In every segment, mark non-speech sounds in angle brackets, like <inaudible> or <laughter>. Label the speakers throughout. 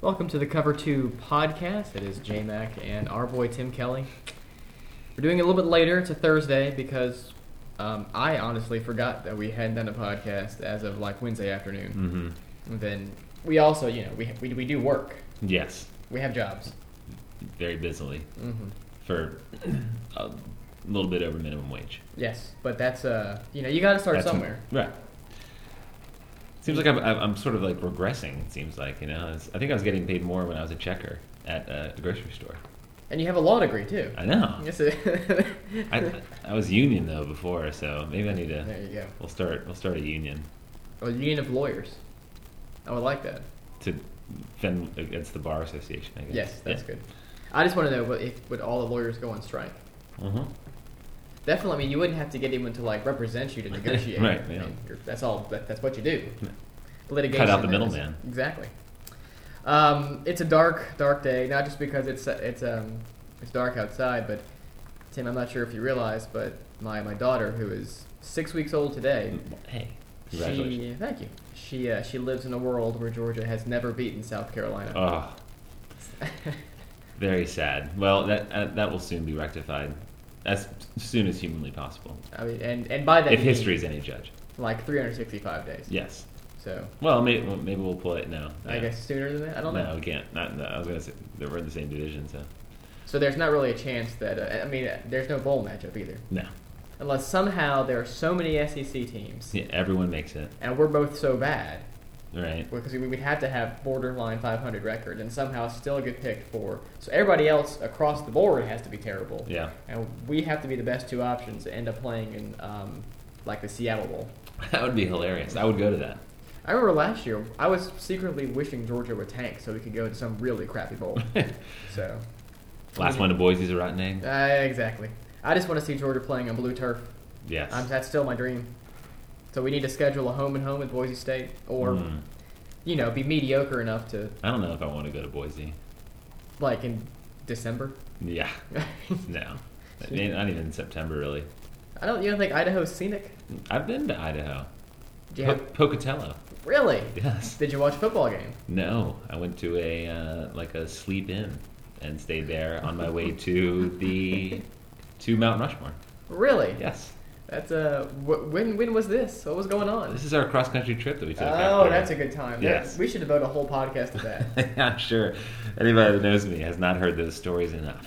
Speaker 1: Welcome to the Cover 2 podcast. It is J Mac and our boy Tim Kelly. We're doing it a little bit later. It's a Thursday because um, I honestly forgot that we hadn't done a podcast as of like Wednesday afternoon.
Speaker 2: Mm-hmm.
Speaker 1: And then we also, you know, we, we, we do work,
Speaker 2: Yes,
Speaker 1: we have jobs.
Speaker 2: very busily
Speaker 1: Mm-hmm.
Speaker 2: for a little bit over minimum wage.
Speaker 1: Yes, but that's, uh, you know, you got to start
Speaker 2: That's-
Speaker 1: somewhere.
Speaker 2: Right. Seems like I'm, I'm I'm sort of like regressing. It seems like you know. It's- I think I was getting paid more when I was a checker at uh, the grocery store.
Speaker 1: And you have a law degree, too.
Speaker 2: I know.
Speaker 1: Yes, it- <laughs>
Speaker 2: Ah. I, I was union though before, so maybe I need to.
Speaker 1: there you go.
Speaker 2: We'll start. We'll start a union
Speaker 1: A union of lawyers. Oh, I would like that.
Speaker 2: to fend against the bar association. I guess.
Speaker 1: Yes, that's good. I just want to know what if would all the lawyers go on strike?
Speaker 2: Uh-huh.
Speaker 1: Definitely, I mean, you wouldn't have to get anyone to like represent
Speaker 2: <laughs>
Speaker 1: you to negotiate.
Speaker 2: Right,
Speaker 1: I mean,
Speaker 2: yeah.
Speaker 1: you're- that's all. That, that's what you do.
Speaker 2: Yeah.
Speaker 1: Litigation.
Speaker 2: Cut out the
Speaker 1: that is-
Speaker 2: middleman.
Speaker 1: Exactly. Um, it's a dark, dark day. Not just because it's it's um it's dark outside, but Tim, I'm not sure if you realize, but my my daughter, who is six weeks old today,
Speaker 2: Hey, Mm. congratulations.
Speaker 1: she thank you. She uh, she lives in a world where Georgia has never beaten South Carolina.
Speaker 2: Oh, very sad. Well, that uh, that will soon be rectified as soon as humanly possible,
Speaker 1: <laughs> I mean, and and by that
Speaker 2: if
Speaker 1: you mean,
Speaker 2: history's any judge.
Speaker 1: like 365 days.
Speaker 2: Yes.
Speaker 1: So
Speaker 2: Well, maybe well, maybe we'll play it now. Uh,
Speaker 1: I guess sooner than that. I don't know.
Speaker 2: No, we can't. Not, no, I was gonna say that we're in the same division, so
Speaker 1: So there's not really a chance that uh, I mean, uh, there's no bowl matchup either,
Speaker 2: no.
Speaker 1: unless somehow there are so many SEC teams
Speaker 2: Yeah, everyone makes it,
Speaker 1: and we're both so bad
Speaker 2: right?
Speaker 1: because we would have to have borderline 500 record and somehow still get picked for. So everybody else across the board has to be terrible,
Speaker 2: Yeah. <laughs>
Speaker 1: and we have to be the best two options to end up playing in um, like the Seattle Bowl.
Speaker 2: That would be hilarious. I would go to that.
Speaker 1: I remember last year I was secretly wishing Georgia would tank so we could go to some really crappy bowl. so
Speaker 2: Last one to Boise's a rotten egg.
Speaker 1: uh, exactly, I just want to see Georgia playing on blue turf.
Speaker 2: Yes.
Speaker 1: Um, that's still my dream. So we need to schedule a home and home with Boise State, or
Speaker 2: Hmm.
Speaker 1: you know, be mediocre enough to
Speaker 2: I don't know if I want to go to Boise.
Speaker 1: like in December. <laughs>
Speaker 2: Yeah. <laughs>
Speaker 1: I
Speaker 2: No. I mean, Not even in September, really.
Speaker 1: don't. You don't think Idaho's scenic?
Speaker 2: I've been to Idaho.
Speaker 1: Do you have,
Speaker 2: Po- Pocatello.
Speaker 1: really?
Speaker 2: Yes.
Speaker 1: Did you watch a football game?
Speaker 2: No, I went to a uh, like a sleep in and stayed there on my way to the to Mount Rushmore.
Speaker 1: Really?
Speaker 2: Yes,
Speaker 1: That's uh. Wh- when when was this? What was going on?
Speaker 2: this is our cross country trip that we took.
Speaker 1: Oh, that's a good time. That-
Speaker 2: Yes.
Speaker 1: we should devote a whole podcast to
Speaker 2: <laughs>
Speaker 1: that.
Speaker 2: good. I'm sure anybody that knows me has not heard those stories enough.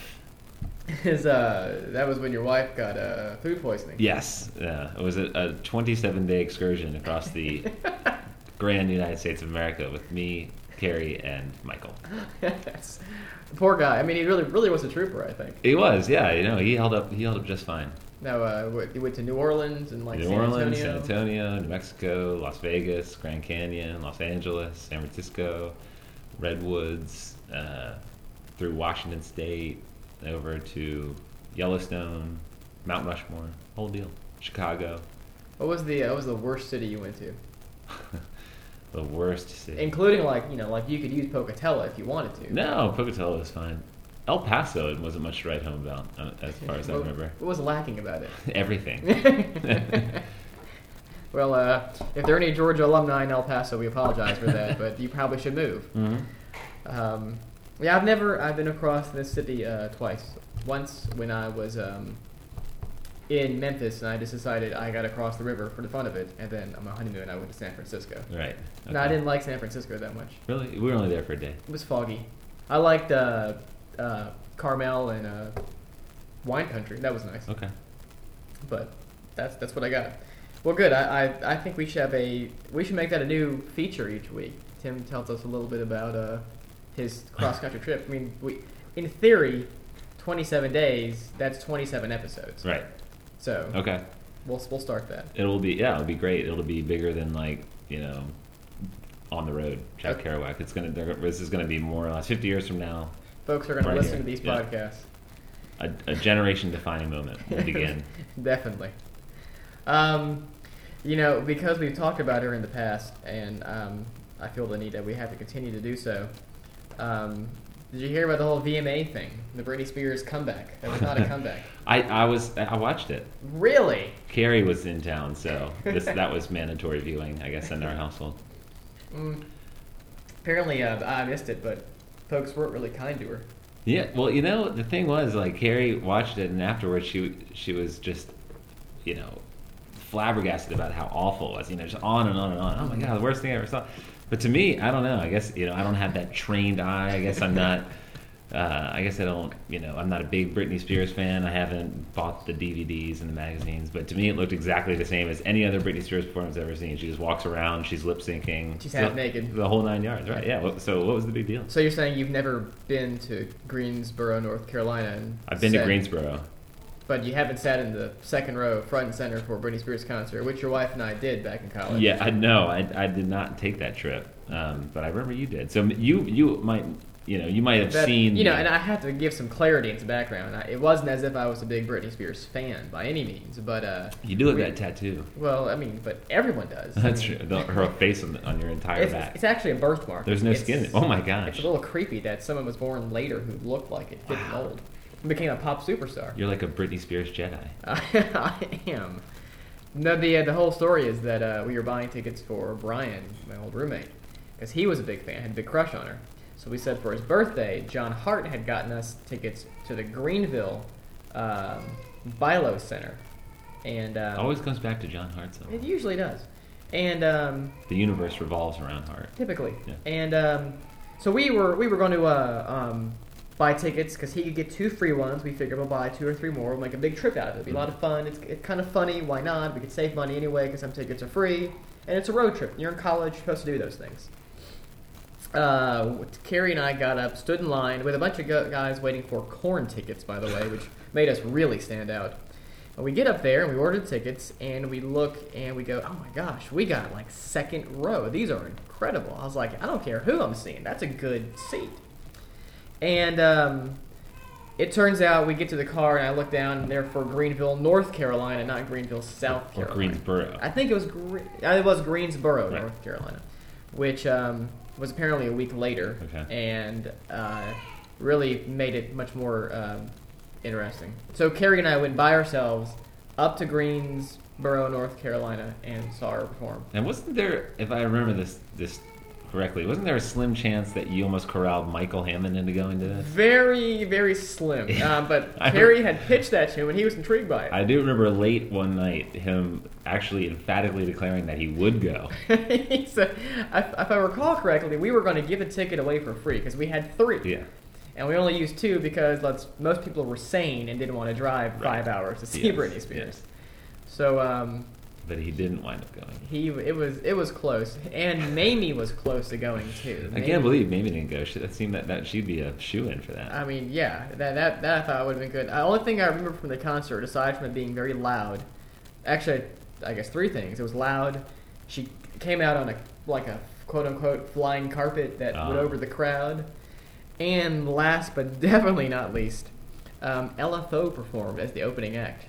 Speaker 1: Is uh, that was when your wife got uh food poisoning.
Speaker 2: Yes, uh, it was a, a 27 day excursion across
Speaker 1: <laughs>
Speaker 2: the grand United States of America with me, Carrie, and Michael.
Speaker 1: <laughs> Yes. Poor guy. I mean, he really really was a trooper. I think.
Speaker 2: He was, yeah, you know, he held up, he held up just fine.
Speaker 1: No, uh, wh- he went to New Orleans and like
Speaker 2: New
Speaker 1: San
Speaker 2: Orleans,
Speaker 1: Antonio.
Speaker 2: San Antonio, New Mexico, Las Vegas, Grand Canyon, Los Angeles, San Francisco, Redwoods, uh, through Washington State, over to Yellowstone, Mount Rushmore, whole deal. Chicago,
Speaker 1: What was the uh, what was the worst city you went to?
Speaker 2: the worst city.
Speaker 1: Including like you know like you could use Pocatello if you wanted to.
Speaker 2: no, Pocatello is fine. El Paso it wasn't much to write home about, uh, as far as I
Speaker 1: What-
Speaker 2: remember. <laughs>
Speaker 1: What was lacking about
Speaker 2: Everything.
Speaker 1: it? <laughs> well, uh, if there are any Georgia alumni in El Paso, we apologize for that, but you probably should move.
Speaker 2: hmm
Speaker 1: Um, yeah, I've never I've been across this city uh, twice. Once when I was um, in Memphis, and I just decided I got across the river for the fun of it, and then on my honeymoon I went to San Francisco.
Speaker 2: Right.
Speaker 1: No, I
Speaker 2: okay.
Speaker 1: didn't like San Francisco that much.
Speaker 2: Really? We were only there for a day.
Speaker 1: It was foggy. I liked uh, uh, Carmel and uh, Wine Country. That was nice.
Speaker 2: Okay.
Speaker 1: But that's that's what I got. Well, good. I, I, I think we should have a we should make that a new feature each week. Tim tells us a little bit about uh,
Speaker 2: <laughs>
Speaker 1: his cross country trip. I mean, we in theory, 27 days. That's 27 episodes.
Speaker 2: Right.
Speaker 1: So
Speaker 2: Okay.
Speaker 1: we'll we'll start that.
Speaker 2: It'll be yeah, it'll be great. It'll be bigger than like you know, on the road, Jack
Speaker 1: Okay.
Speaker 2: Kerouac. It's gonna they're- this is gonna be more or less fifty years from now,
Speaker 1: Folks are going
Speaker 2: Right
Speaker 1: to listen
Speaker 2: here.
Speaker 1: to these
Speaker 2: Yeah.
Speaker 1: podcasts.
Speaker 2: a, a generation defining moment will begin.
Speaker 1: Definitely. Um, you know, because we've talked about her in the past, and um, I feel the need that we have to continue to do so. Um, did you hear about the whole VMA thing? The Britney Spears comeback. That was not
Speaker 2: <laughs>
Speaker 1: a comeback.
Speaker 2: I I was I watched it.
Speaker 1: Really?
Speaker 2: Carrie was in town, so this that was mandatory viewing, I guess, in our household.
Speaker 1: Mm. Apparently, uh, I missed it, but folks weren't really kind to her.
Speaker 2: Yeah, well, you know, the thing was, like, Carrie watched it, and afterwards, she she was just, you know, flabbergasted about how awful it was. You know, just on and on and on. Oh my god, the worst thing I ever saw. But to me, I don't know. I guess you know, I don't have that trained eye. I guess I'm not. <laughs> Uh, I guess I don't. You know, I'm not a big Britney Spears fan. I haven't bought the DVDs and the magazines. But to me, it looked exactly the same as any other Britney Spears performance I've ever seen. She just walks around. She's lip syncing.
Speaker 1: She's half naked.
Speaker 2: The whole nine yards, right? Yeah. well, So what was the big deal?
Speaker 1: So you're saying you've never been to Greensboro, North Carolina? And
Speaker 2: I've been to
Speaker 1: sat-
Speaker 2: Greensboro.
Speaker 1: but you haven't sat in the second row, front and center for a Britney Spears concert, which your wife and I did back in college.
Speaker 2: Yeah, I know. I, I did not take that trip, um, but I remember you did. So you you might you know you might have
Speaker 1: That-
Speaker 2: seen
Speaker 1: you know,
Speaker 2: the-
Speaker 1: and I have to give some clarity into background. I, it wasn't as if I was a big Britney Spears fan by any means, but uh,
Speaker 2: you do have
Speaker 1: we-
Speaker 2: that tattoo.
Speaker 1: Well, I mean, but everyone does. I
Speaker 2: That's
Speaker 1: mean,
Speaker 2: true. The, her face on, the, on your entire
Speaker 1: It's,
Speaker 2: back.
Speaker 1: it's actually a birthmark.
Speaker 2: There's no
Speaker 1: It's-
Speaker 2: skin. Oh my
Speaker 1: It's
Speaker 2: gosh!
Speaker 1: a little creepy that someone was born later who looked like it, getting
Speaker 2: Wow.
Speaker 1: old, and became a pop superstar.
Speaker 2: You're like a Britney Spears Jedi.
Speaker 1: <laughs> I am. No, the uh, the whole story is that uh, we were buying tickets for Brian, my old roommate, because he was a big fan, had a big crush on her. So we said for his birthday, John Hart had gotten us tickets to the Greenville um, Bilo Center, and um,
Speaker 2: Always comes back to John Hart. somehow.
Speaker 1: it usually does, and um,
Speaker 2: The universe revolves around Hart.
Speaker 1: typically,
Speaker 2: Yeah.
Speaker 1: and um, so we were we were going to uh, um, buy tickets because he could get two free ones. We figured we'll buy two or three more. We'll make a big trip out of it. It'll be a lot of fun. It's, it's kind of funny. Why not? We could save money anyway because some tickets are free, and it's a road trip. You're in college, you're supposed to do those things. Uh, Carrie and I got up, stood in line with a bunch of gu- guys waiting for corn tickets, by the way, which made us really stand out. And we get up there and we order tickets and we look and we go, oh my gosh, we got like second row. These are incredible. I was like, I don't care who I'm seeing. That's a good seat. And um, it turns out we get to the car and I look down and they're for Greenville, North Carolina, not Greenville, South
Speaker 2: Or
Speaker 1: Carolina.
Speaker 2: Greensboro.
Speaker 1: I think it was Gre- uh, it was Greensboro,
Speaker 2: Right.
Speaker 1: North Carolina, which um, was apparently a week later,
Speaker 2: Okay.
Speaker 1: and uh, really made it much more um, interesting. So Carrie and I went by ourselves up to Greensboro, North Carolina, and saw her perform.
Speaker 2: and wasn't there, if I remember this this correctly, wasn't there a slim chance that you almost corralled Michael Hammond into going to this?
Speaker 1: Very, very slim,
Speaker 2: Yeah.
Speaker 1: um, but
Speaker 2: <laughs> I don't-
Speaker 1: Carrie had pitched that to him, and he was intrigued by it.
Speaker 2: I do remember late one night him actually emphatically declaring that he would go.
Speaker 1: <laughs> He said- if, if I recall correctly, we were going to give a ticket away for free because we had three.
Speaker 2: Yeah.
Speaker 1: And we only used two because let's, most people were sane and didn't want to drive
Speaker 2: Right.
Speaker 1: five hours to see
Speaker 2: Yes,
Speaker 1: Britney Spears.
Speaker 2: yes.
Speaker 1: So um,
Speaker 2: But he didn't wind up going.
Speaker 1: he it was it was close, and Mamie was close to going too.
Speaker 2: I
Speaker 1: Mamie-
Speaker 2: can't believe Mamie didn't go. She, that seemed that, that she'd be a shoe in for that.
Speaker 1: I mean, yeah, that that, that I thought would have been good. The only thing I remember from the concert, aside from it being very loud, actually, I guess three things. It was loud. She came out on a like a quote unquote flying carpet that went
Speaker 2: Ah.
Speaker 1: over the crowd, and last but <laughs> definitely not least, um, LFO performed as the opening act.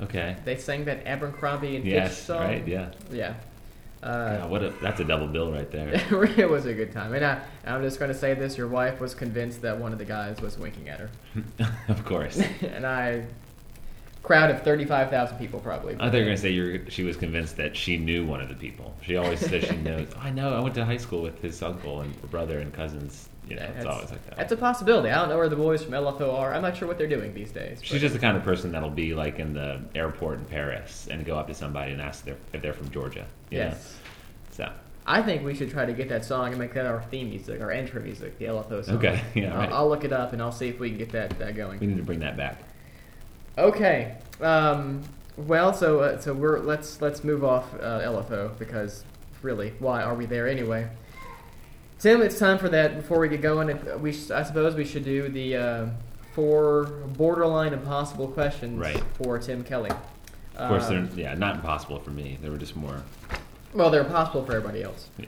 Speaker 2: okay.
Speaker 1: They sang that Abercrombie and Fitch
Speaker 2: Yes.
Speaker 1: song.
Speaker 2: Right. Yeah.
Speaker 1: Yeah. Uh,
Speaker 2: Yeah, what a, that's a double bill right there. <laughs>
Speaker 1: <laughs> it was a good time, and I, I'm just going to say this: your wife was convinced that one of the guys was winking at her.
Speaker 2: of course.
Speaker 1: <laughs> and I crowd of thirty five thousand people probably.
Speaker 2: I thought you were gonna say you were, she was convinced that she knew one of the people. She always says she
Speaker 1: <laughs>
Speaker 2: knows. "Oh, I know. I went to high school with his uncle and brother and cousins. You know, it's
Speaker 1: That's-
Speaker 2: always like that.
Speaker 1: That's a possibility. I don't know where the boys from LFO are. I'm not sure what they're doing these days.
Speaker 2: She's
Speaker 1: but-
Speaker 2: just the kind of person that'll be like in the airport in Paris and go up to somebody and ask their, if they're from Georgia. you know?
Speaker 1: yes.
Speaker 2: So
Speaker 1: I think we should try to get that song and make that our theme music, our intro music, the LFO song.
Speaker 2: Okay, <laughs> yeah,
Speaker 1: I'll,
Speaker 2: right.
Speaker 1: I'll look it up and I'll see if we can get that, that
Speaker 2: we
Speaker 1: going.
Speaker 2: need to bring that back.
Speaker 1: Okay. Um, well, so uh, so we're let's let's move off uh, LFO because really, why are we there anyway? Tim, it's time for that. Before we get going, if- uh, we s- I suppose we should do the uh, four borderline impossible questions
Speaker 2: Right.
Speaker 1: for Tim Kelly. Um,
Speaker 2: Of course, they're yeah, not impossible for me. They were just more.
Speaker 1: well, they're impossible for everybody else.
Speaker 2: Yeah.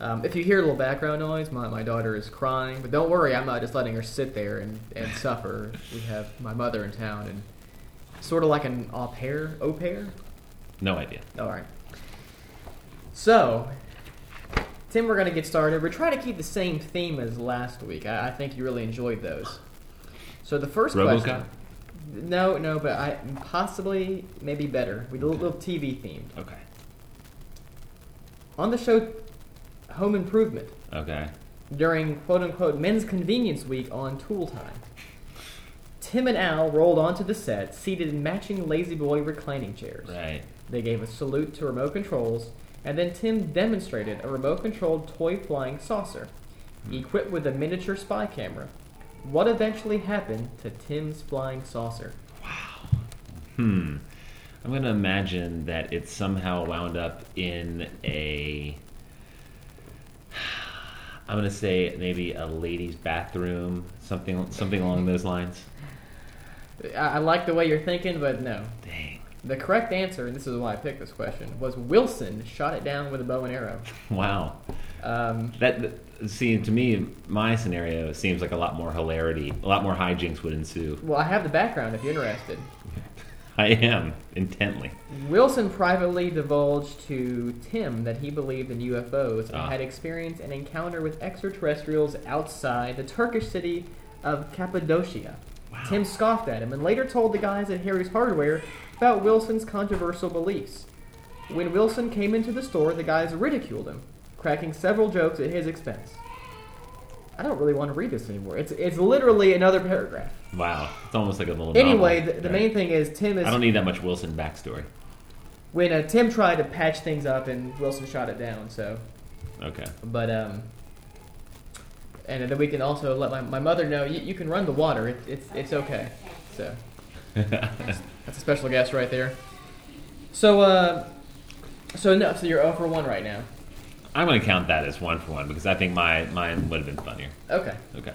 Speaker 1: Um, if you hear a little background noise, my, my daughter is crying, but don't worry, I'm not just letting her sit there and, and suffer. We have my mother in town, and sort of like an au pair, au pair.
Speaker 2: No idea.
Speaker 1: All right. So, Tim, we're going to get started. We're trying to keep the same theme as last week. I, I think you really enjoyed those. So the first
Speaker 2: RoboCop.
Speaker 1: question. No, no, but I possibly maybe better. We did a little, little TV themed
Speaker 2: Okay.
Speaker 1: on the show. Home Improvement.
Speaker 2: Okay.
Speaker 1: during quote unquote men's convenience week on tool time. Tim and Al rolled onto the set, seated in matching Lazy Boy reclining chairs.
Speaker 2: Right.
Speaker 1: They gave a salute to remote controls, and then Tim demonstrated a remote controlled toy flying saucer, equipped with a miniature spy camera. What eventually happened to Tim's flying saucer?
Speaker 2: Hmm. I'm going to imagine that it somehow wound up in a. I'm going to say maybe a ladies' bathroom, something something along those lines.
Speaker 1: I, I like the way you're thinking, but no.
Speaker 2: Dang.
Speaker 1: The correct answer, and this is why I picked this question, was Wilson shot it down with a bow and arrow.
Speaker 2: Wow.
Speaker 1: Um,
Speaker 2: That, that see to me, my scenario seems like a lot more hilarity, a lot more hijinks would ensue.
Speaker 1: well, I have the background if you're interested.
Speaker 2: I am intently.
Speaker 1: Wilson privately divulged to Tim that he believed in UFOs and
Speaker 2: Ah.
Speaker 1: had experienced an encounter with extraterrestrials outside the Turkish city of Cappadocia.
Speaker 2: Wow.
Speaker 1: Tim scoffed at him and later told the guys at Harry's Hardware about Wilson's controversial beliefs. When Wilson came into the store, the guys ridiculed him, cracking several jokes at his expense. I don't really want to read this anymore. It's, it's literally another paragraph.
Speaker 2: Wow. It's almost like a little.
Speaker 1: Anyway,
Speaker 2: novel.
Speaker 1: the, the
Speaker 2: Right.
Speaker 1: main thing is Tim is
Speaker 2: I don't e- need that much Wilson backstory.
Speaker 1: when uh, Tim tried to patch things up and Wilson shot it down. So,
Speaker 2: Okay.
Speaker 1: but um, and then we can also let my, my mother know you, you can run the water. It, it's it's okay.
Speaker 2: <laughs>
Speaker 1: So that's a special guest right there. So uh, so no, so you're 0 for one right now.
Speaker 2: I'm going to count that as one for one because I think my mine would have been funnier.
Speaker 1: Okay.
Speaker 2: Okay.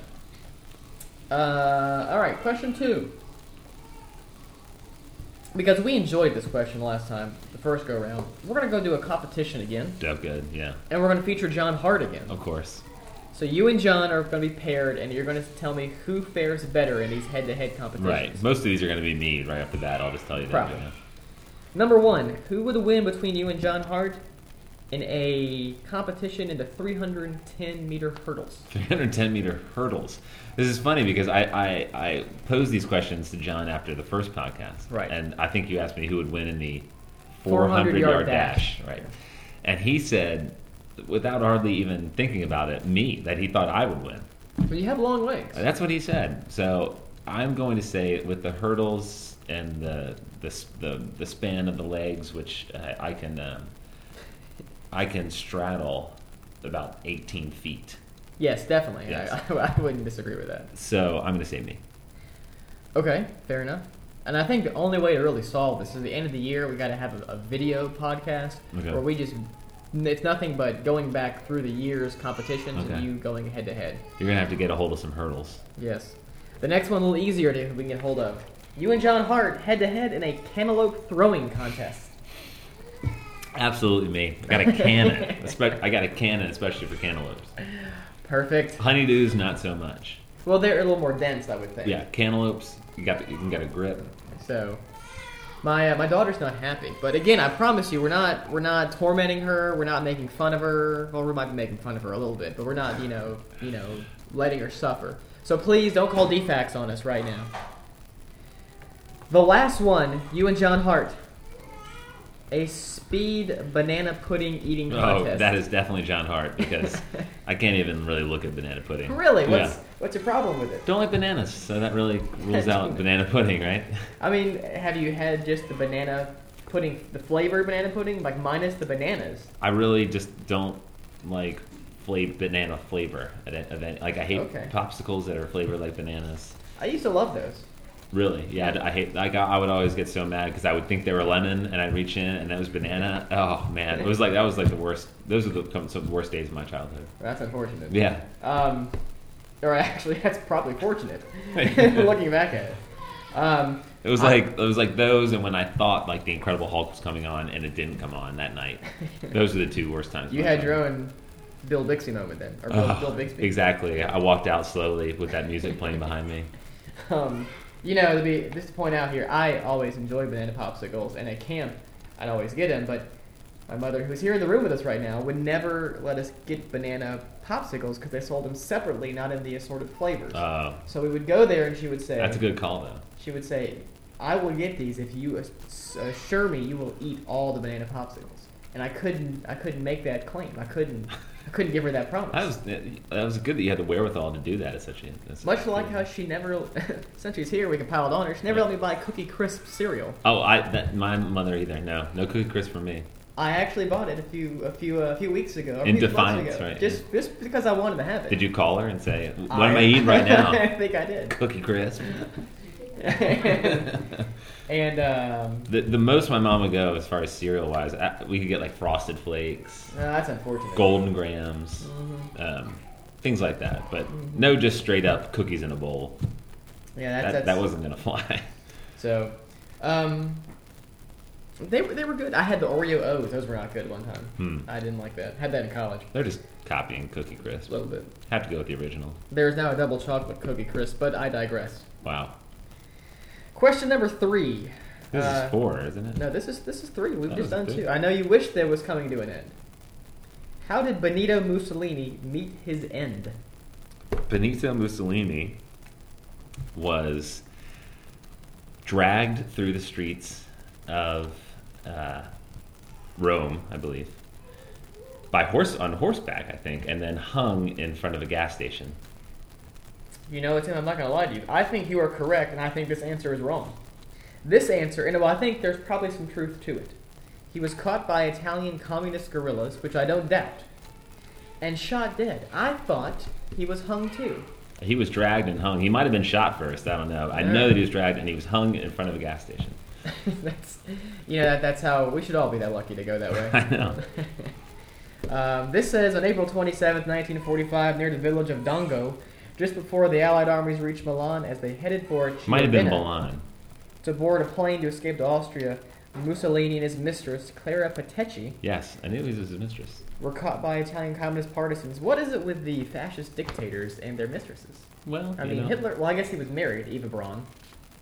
Speaker 1: Uh, all right. Question two. Because we enjoyed this question last time, the first go round, we're gonna go do a competition again,
Speaker 2: Oh, good. Yeah.
Speaker 1: and we're gonna feature John Hart again.
Speaker 2: Of course.
Speaker 1: So you and John are going to be paired, and you're going to tell me who fares better in these head-to-head
Speaker 2: Right.
Speaker 1: competitions.
Speaker 2: Most of these are going to be me right after that. I'll just tell you that.
Speaker 1: Probably. Number one, who would win between you and John Hart in a competition in the 310 meter hurdles?
Speaker 2: 310 meter hurdles. This is funny because I, I, I posed these questions to John after the first podcast.
Speaker 1: Right.
Speaker 2: And I think you asked me who would win in the
Speaker 1: 400
Speaker 2: 400
Speaker 1: yard
Speaker 2: yard,
Speaker 1: dash.
Speaker 2: dash. Right. And he said, without hardly even thinking about it, me, that he thought I would win.
Speaker 1: But you have long legs.
Speaker 2: That's what he said. So I'm going to say with the hurdles and the the s- the, the span of the legs, which uh, I can um, I can straddle about 18 feet.
Speaker 1: Yes, definitely.
Speaker 2: Yes.
Speaker 1: <laughs> I, I wouldn't disagree with that.
Speaker 2: So I'm going to say me.
Speaker 1: Okay, fair enough. And I think the only way to really solve this is the end of the year. We got to have a, a video podcast
Speaker 2: Okay.
Speaker 1: where we just. It's nothing but going back through the year's competitions
Speaker 2: Okay.
Speaker 1: and you going head to head.
Speaker 2: You're going to have to get a hold of some hurdles.
Speaker 1: Yes. The next one a little easier to we can get hold of. You and John Hart head to head in a cantaloupe throwing contest.
Speaker 2: Absolutely me. I got a
Speaker 1: <laughs>
Speaker 2: cannon. Espe- I got a cannon, especially for cantaloupes.
Speaker 1: Perfect.
Speaker 2: Honeydews, not so much.
Speaker 1: Well, they're a little more dense, I would think.
Speaker 2: Yeah, cantaloupes. You got the, you can get a grip.
Speaker 1: So, my uh, my daughter's not happy. But again, I promise you, we're not we're not tormenting her. We're not making fun of her. Well, we might be making fun of her a little bit, but we're not you know you know letting her suffer. So please don't call defects on us right now. The last one, you and John Hart. A speed banana pudding eating
Speaker 2: Oh,
Speaker 1: contest.
Speaker 2: that is definitely John Hart
Speaker 1: <laughs>
Speaker 2: because I can't even really look at banana pudding.
Speaker 1: Really?
Speaker 2: Yeah.
Speaker 1: What's what's your problem with it?
Speaker 2: Don't like bananas, so that really
Speaker 1: <laughs>
Speaker 2: rules out banana pudding, right?
Speaker 1: I mean, have you had just the banana pudding, the flavored banana pudding, like minus the bananas?
Speaker 2: I really just don't like flav- banana flavor. At a- of any- Like I hate
Speaker 1: Okay.
Speaker 2: popsicles that are flavored like bananas.
Speaker 1: I used to love those.
Speaker 2: Really, yeah, I- I hate. Like I I would always get so mad because I would think they were lemon, and I'd reach in, and that was banana. Oh man, it was like that was like the worst. Those are the, some of the worst days of my childhood.
Speaker 1: That's unfortunate.
Speaker 2: Yeah,
Speaker 1: Um, or <laughs> actually, that's probably
Speaker 2: <laughs>
Speaker 1: fortunate. <laughs> Looking back at it. Um, <laughs>
Speaker 2: it was
Speaker 1: I-
Speaker 2: like it was like those, and when I thought like the Incredible Hulk was coming on, and it didn't come on that night. Those are the two worst times. of
Speaker 1: you
Speaker 2: my
Speaker 1: had your
Speaker 2: childhood.
Speaker 1: own Bill Bixby moment then, or Bill,
Speaker 2: Ugh,
Speaker 1: Bill Bixby.
Speaker 2: Exactly. I walked out slowly with that music playing behind me.
Speaker 1: <laughs> Um, you know, to be, just to point out here, I always enjoy banana popsicles, and at camp, I'd always get them. But my mother, who's here in the room with us right now, would never let us get banana popsicles because they sold them separately, not in the assorted flavors.
Speaker 2: Uh,
Speaker 1: so we would go there, and she would say,
Speaker 2: that's a good call, though.
Speaker 1: She would say, "I will get these if you ass- assure me you will eat all the banana popsicles." And I couldn't, I couldn't make that claim. I couldn't I couldn't give her that promise.
Speaker 2: <laughs> That was that was good that you had the wherewithal to do that at such a at such
Speaker 1: Much
Speaker 2: a-
Speaker 1: like how she never, <laughs> since she's here, we can pile it on her. She never let me buy Cookie Crisp cereal.
Speaker 2: Oh, I that, my mother either. No, no cookie crisp for me.
Speaker 1: I actually bought it a few a few a few weeks ago. or a
Speaker 2: In
Speaker 1: few months
Speaker 2: defiance,
Speaker 1: ago,
Speaker 2: right,
Speaker 1: Just just because I wanted to have it.
Speaker 2: Did you call her and say, "What am I eating right
Speaker 1: <laughs> I
Speaker 2: now?
Speaker 1: think I did.
Speaker 2: <laughs>
Speaker 1: <laughs>
Speaker 2: cookie crisp."
Speaker 1: and um,
Speaker 2: The, the most my mom would go as far as cereal wise, uh, we could get like Frosted Flakes,
Speaker 1: no, uh, that's unfortunate.
Speaker 2: Golden Grams,
Speaker 1: Mhm.
Speaker 2: um, things like that. But no, just straight up cookies in a bowl.
Speaker 1: Yeah, that's,
Speaker 2: That,
Speaker 1: that's
Speaker 2: that wasn't gonna <laughs> fly.
Speaker 1: so. Um, they were they were good. I had the Oreo O's. Those were not good one time.
Speaker 2: Hmm.
Speaker 1: I didn't like that. Had that in college
Speaker 2: They're just copying Cookie Crisp.
Speaker 1: a little bit.
Speaker 2: Have to go with the original.
Speaker 1: There is now a double chocolate cookie crisp, but I digress.
Speaker 2: Wow,
Speaker 1: Question number three.
Speaker 2: this
Speaker 1: Uh,
Speaker 2: is four, isn't it?
Speaker 1: No, this is this is three. We've
Speaker 2: That
Speaker 1: just
Speaker 2: was
Speaker 1: done
Speaker 2: three.
Speaker 1: two. I know you wish there was coming to an end. How did Benito Mussolini meet his end?
Speaker 2: Benito Mussolini was dragged through the streets of uh, Rome, I believe, by horse on horseback, I think, and then hung in front of a gas station.
Speaker 1: You know, Tim, I'm not going to lie to you. I think you are correct, and I think this answer is wrong. This answer, and well, I think there's probably some truth to it. He was caught by Italian communist guerrillas, which I don't doubt, and shot dead. I thought he was hung too. <laughs>
Speaker 2: He was dragged and hung. He might have been shot first. I don't know. I know that he was dragged and he was hung in front of a gas station. <laughs>
Speaker 1: that's, you know, that, that's how we should all be that lucky to go that way.
Speaker 2: <laughs> I know.
Speaker 1: Um, this says on April 27, 1945, near the village of Dongo, just before the Allied armies reached Milan as they headed for
Speaker 2: Might have been
Speaker 1: Chiavenna
Speaker 2: Milan.
Speaker 1: to board a plane to escape to Austria, Mussolini and his mistress, Clara Patecchi,
Speaker 2: Yes, I knew he was his mistress.
Speaker 1: were caught by Italian communist partisans. What is it with the fascist dictators and their mistresses?
Speaker 2: Well,
Speaker 1: I
Speaker 2: you
Speaker 1: mean,
Speaker 2: know.
Speaker 1: Hitler, well, I guess he was married, to Eva Braun,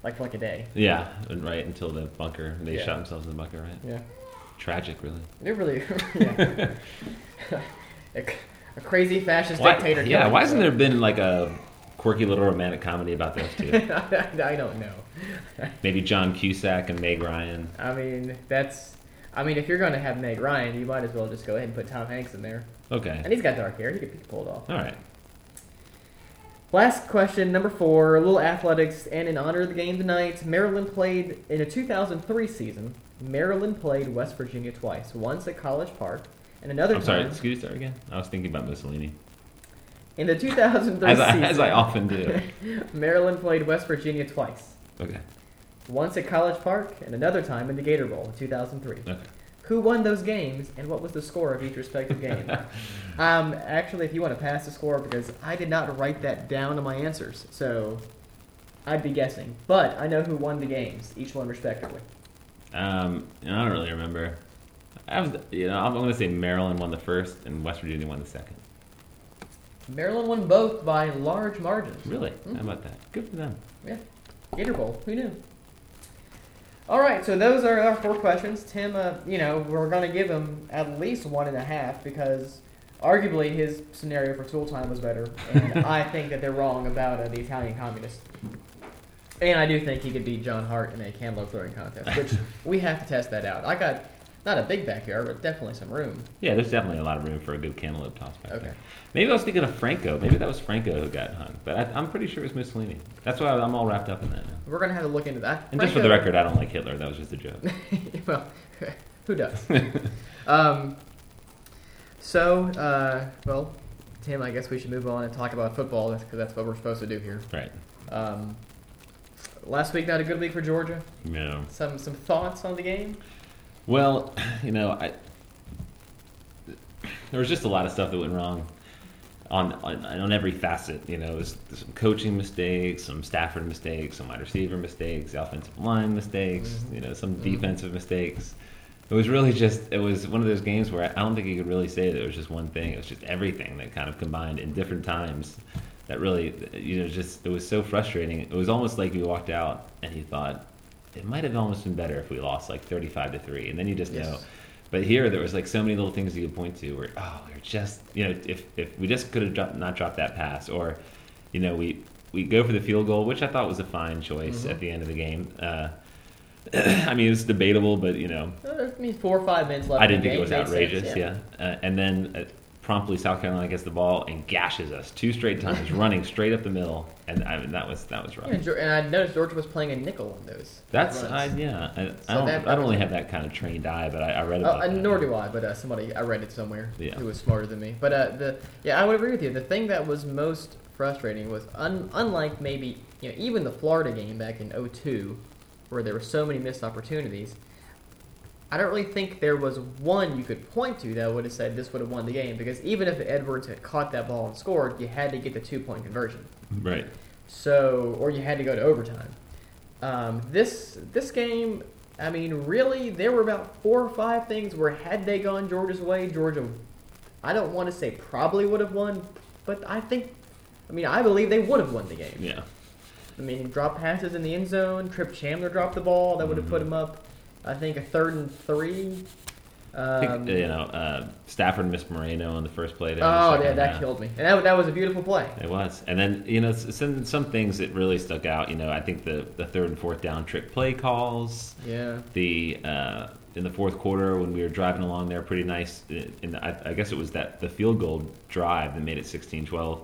Speaker 1: like for like a day.
Speaker 2: Yeah, and right until the bunker. They
Speaker 1: Yeah.
Speaker 2: shot themselves in the bunker, right?
Speaker 1: Yeah.
Speaker 2: Tragic, really.
Speaker 1: It really, <laughs> yeah.
Speaker 2: <laughs>
Speaker 1: a, c- a crazy fascist
Speaker 2: Why-
Speaker 1: dictator.
Speaker 2: Yeah,
Speaker 1: killing
Speaker 2: why hasn't
Speaker 1: himself.
Speaker 2: there been like a quirky little romantic comedy about those two?
Speaker 1: <laughs> I don't know.
Speaker 2: <laughs> Maybe John Cusack and Meg Ryan.
Speaker 1: I mean, that's. I mean, if you're going to have Meg Ryan, you might as well just go ahead and put Tom Hanks in there.
Speaker 2: Okay.
Speaker 1: And he's got dark hair; he could be pulled off.
Speaker 2: All right.
Speaker 1: Last question, number four, a little athletics, and in honor of the game tonight, Maryland played in a 2003 season. Maryland played West Virginia twice, once at College Park, and another
Speaker 2: I'm sorry.
Speaker 1: time
Speaker 2: Excuse that again. I was thinking about Mussolini,
Speaker 1: in the 2003
Speaker 2: as I,
Speaker 1: season.
Speaker 2: as I often
Speaker 1: <laughs>
Speaker 2: do.
Speaker 1: Maryland played West Virginia twice,
Speaker 2: Okay.
Speaker 1: once at College Park, and another time in the Gator Bowl in 2003.
Speaker 2: Okay.
Speaker 1: Who won those games and what was the score of each respective
Speaker 2: <laughs>
Speaker 1: game? um, actually, if you want to pass the score, because I did not write that down in my answers, so I'd be guessing. But I know who won the games, each one respectively.
Speaker 2: Um, I don't really remember. I was, you know, I'm going to say Maryland won the first and West Virginia won the second.
Speaker 1: Maryland won both by large margins.
Speaker 2: Really? How about that? Good for them.
Speaker 1: Yeah. Gator Bowl. Who knew? All right, so those are our four questions. Tim, uh, you know, we're going to give him at least one and a half because arguably his scenario for tool time was better. And
Speaker 2: <laughs>
Speaker 1: I think that they're wrong about uh, the Italian communists. And I do think he could beat John Hart in a cantaloupe throwing
Speaker 2: <laughs>
Speaker 1: contest, which we have to test that out. I got not a big backyard, but definitely some room.
Speaker 2: Yeah, there's definitely a lot of room for a good cantaloupe toss back
Speaker 1: Okay.
Speaker 2: there. Maybe I was thinking of Franco. Maybe that was Franco who got hung, but I, I'm pretty sure it was Mussolini. That's why I'm all wrapped up in that now.
Speaker 1: We're going to have to look into that.
Speaker 2: And just for
Speaker 1: Franco-
Speaker 2: the record, I don't like Hitler. That was just a joke.
Speaker 1: <laughs> well, who does? um, so, uh, well, Tim, I guess we should move on and talk about football because that's what we're supposed to do here.
Speaker 2: right.
Speaker 1: Um, last week, not a good week for Georgia.
Speaker 2: No.
Speaker 1: Some some thoughts on the game?
Speaker 2: Well, you know, I, there was just a lot of stuff that went wrong on on, on every facet. You know, there's some coaching mistakes, some Stafford mistakes, some wide receiver mistakes, offensive line mistakes. You know, some defensive mistakes. It was really just it was one of those games where I don't think you could really say that it was just one thing. It was just everything that kind of combined in different times. That really, you know, just it was so frustrating. It was almost like you walked out and you thought it might have almost been better if we lost like thirty-five to three, and then you just
Speaker 1: Yes.
Speaker 2: know. But here, there was like so many little things you could point to where, oh, we're just, you know, if, if we just could have dropped, not dropped that pass, or, you know, we, we go for the field goal, which I thought was a fine choice at the end of the game. Uh, <clears throat> I mean, it's debatable, but, you know,
Speaker 1: Uh, I mean, four or five minutes left.
Speaker 2: I
Speaker 1: in
Speaker 2: didn't
Speaker 1: the
Speaker 2: think it
Speaker 1: game.
Speaker 2: was
Speaker 1: Made sense,
Speaker 2: outrageous, yeah. Uh, and then uh, Promptly, South Carolina gets the ball and gashes us two straight
Speaker 1: <laughs>
Speaker 2: times, running straight up the middle, and I mean, that was that was rough.
Speaker 1: And, Geor- and I noticed Georgia was playing a nickel on those.
Speaker 2: That's
Speaker 1: runs.
Speaker 2: I, yeah. I,
Speaker 1: So
Speaker 2: I don't.
Speaker 1: that-
Speaker 2: I don't really have that kind of trained eye, but I, I read
Speaker 1: Uh,
Speaker 2: about
Speaker 1: uh,
Speaker 2: that.
Speaker 1: nor do I, but uh, somebody I read it somewhere
Speaker 2: Yeah.
Speaker 1: who was smarter than me. But uh, the yeah, I would agree with you. The thing that was most frustrating was un- unlike maybe you know even the Florida game back in 02, where there were so many missed opportunities. I don't really think there was one you could point to that would have said this would have won the game because even if Edwards had caught that ball and scored, you had to get the two point conversion.
Speaker 2: Right.
Speaker 1: So, or you had to go to overtime. Um, this this game, I mean, really, there were about four or five things where had they gone Georgia's way, Georgia, I don't want to say probably would have won, but I think, I mean, I believe they would have won the game.
Speaker 2: Yeah.
Speaker 1: I mean, drop passes in the end zone. Trip Chandler dropped the ball that would have put
Speaker 2: Mm-hmm.
Speaker 1: him up. I think a third and three.
Speaker 2: I think,
Speaker 1: Um,
Speaker 2: you know, uh, Stafford missed Moreno on the first play. there in the
Speaker 1: oh,
Speaker 2: second
Speaker 1: yeah, that
Speaker 2: half.
Speaker 1: killed me. And that, that was a beautiful play.
Speaker 2: It was, and then you know s- some some things that really stuck out. You know, I think the the third and fourth down trick play calls.
Speaker 1: Yeah.
Speaker 2: The uh, in the fourth quarter when we were driving along there, pretty nice. And I, I guess it was that the field goal drive that made it 16-12.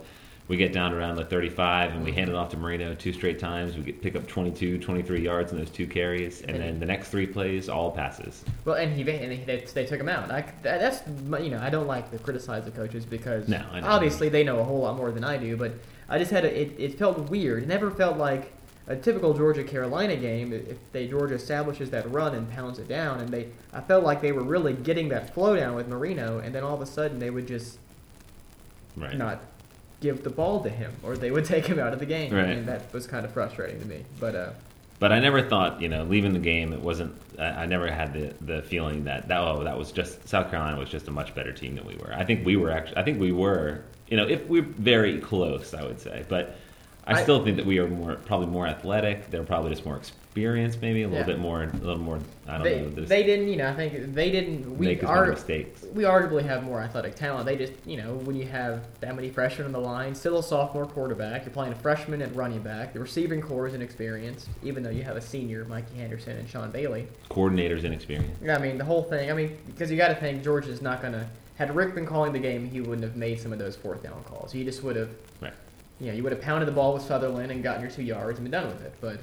Speaker 2: We get down around the 35 and we hand it off to Marino two straight times. We get, pick up 22, 23 yards in those two carries, and then the next three plays all passes.
Speaker 1: Well, and he and he, they, they took him out. I, that, that's my- you know I don't like to criticize the coaches because
Speaker 2: No, I know.
Speaker 1: obviously they know a whole lot more than I do. But I just had a, it. It felt weird. It never felt like a typical Georgia Carolina game. If they Georgia establishes that run and pounds it down, and they I felt like they were really getting that flow down with Marino, and then all of a sudden they would just
Speaker 2: Right.
Speaker 1: not give the ball to him, or they would <laughs> take him out of the game,
Speaker 2: Right.
Speaker 1: and that was kind of frustrating to me. But uh,
Speaker 2: But I never thought, you know, leaving the game, it wasn't. I, I never had the, the feeling that that oh, that was just South Carolina was just a much better team than we were. I think we were actually. I think we were. You know, if we're very close, I would say. But I,
Speaker 1: I-
Speaker 2: still think that we are more probably more athletic. They're probably just more experienced, maybe a little
Speaker 1: Yeah.
Speaker 2: bit more, a little more. I don't
Speaker 1: they
Speaker 2: know. Just
Speaker 1: they didn't you know I think they didn't we
Speaker 2: make as
Speaker 1: are
Speaker 2: many mistakes.
Speaker 1: we arguably have more athletic talent. They just, you know, when you have that many freshmen on the line, still a sophomore quarterback, you're playing a freshman at running back, the receiving core is inexperienced, even though you have a senior, Mikey Henderson and Sean Bailey.
Speaker 2: Coordinators inexperienced.
Speaker 1: I mean, the whole thing, I mean, because you got to think Georgia's not going to, had Rick been calling the game, he wouldn't have made some of those fourth down calls. He just would have,
Speaker 2: Right.
Speaker 1: you know, you would have pounded the ball with Sutherland and gotten your two yards and been done with it. But,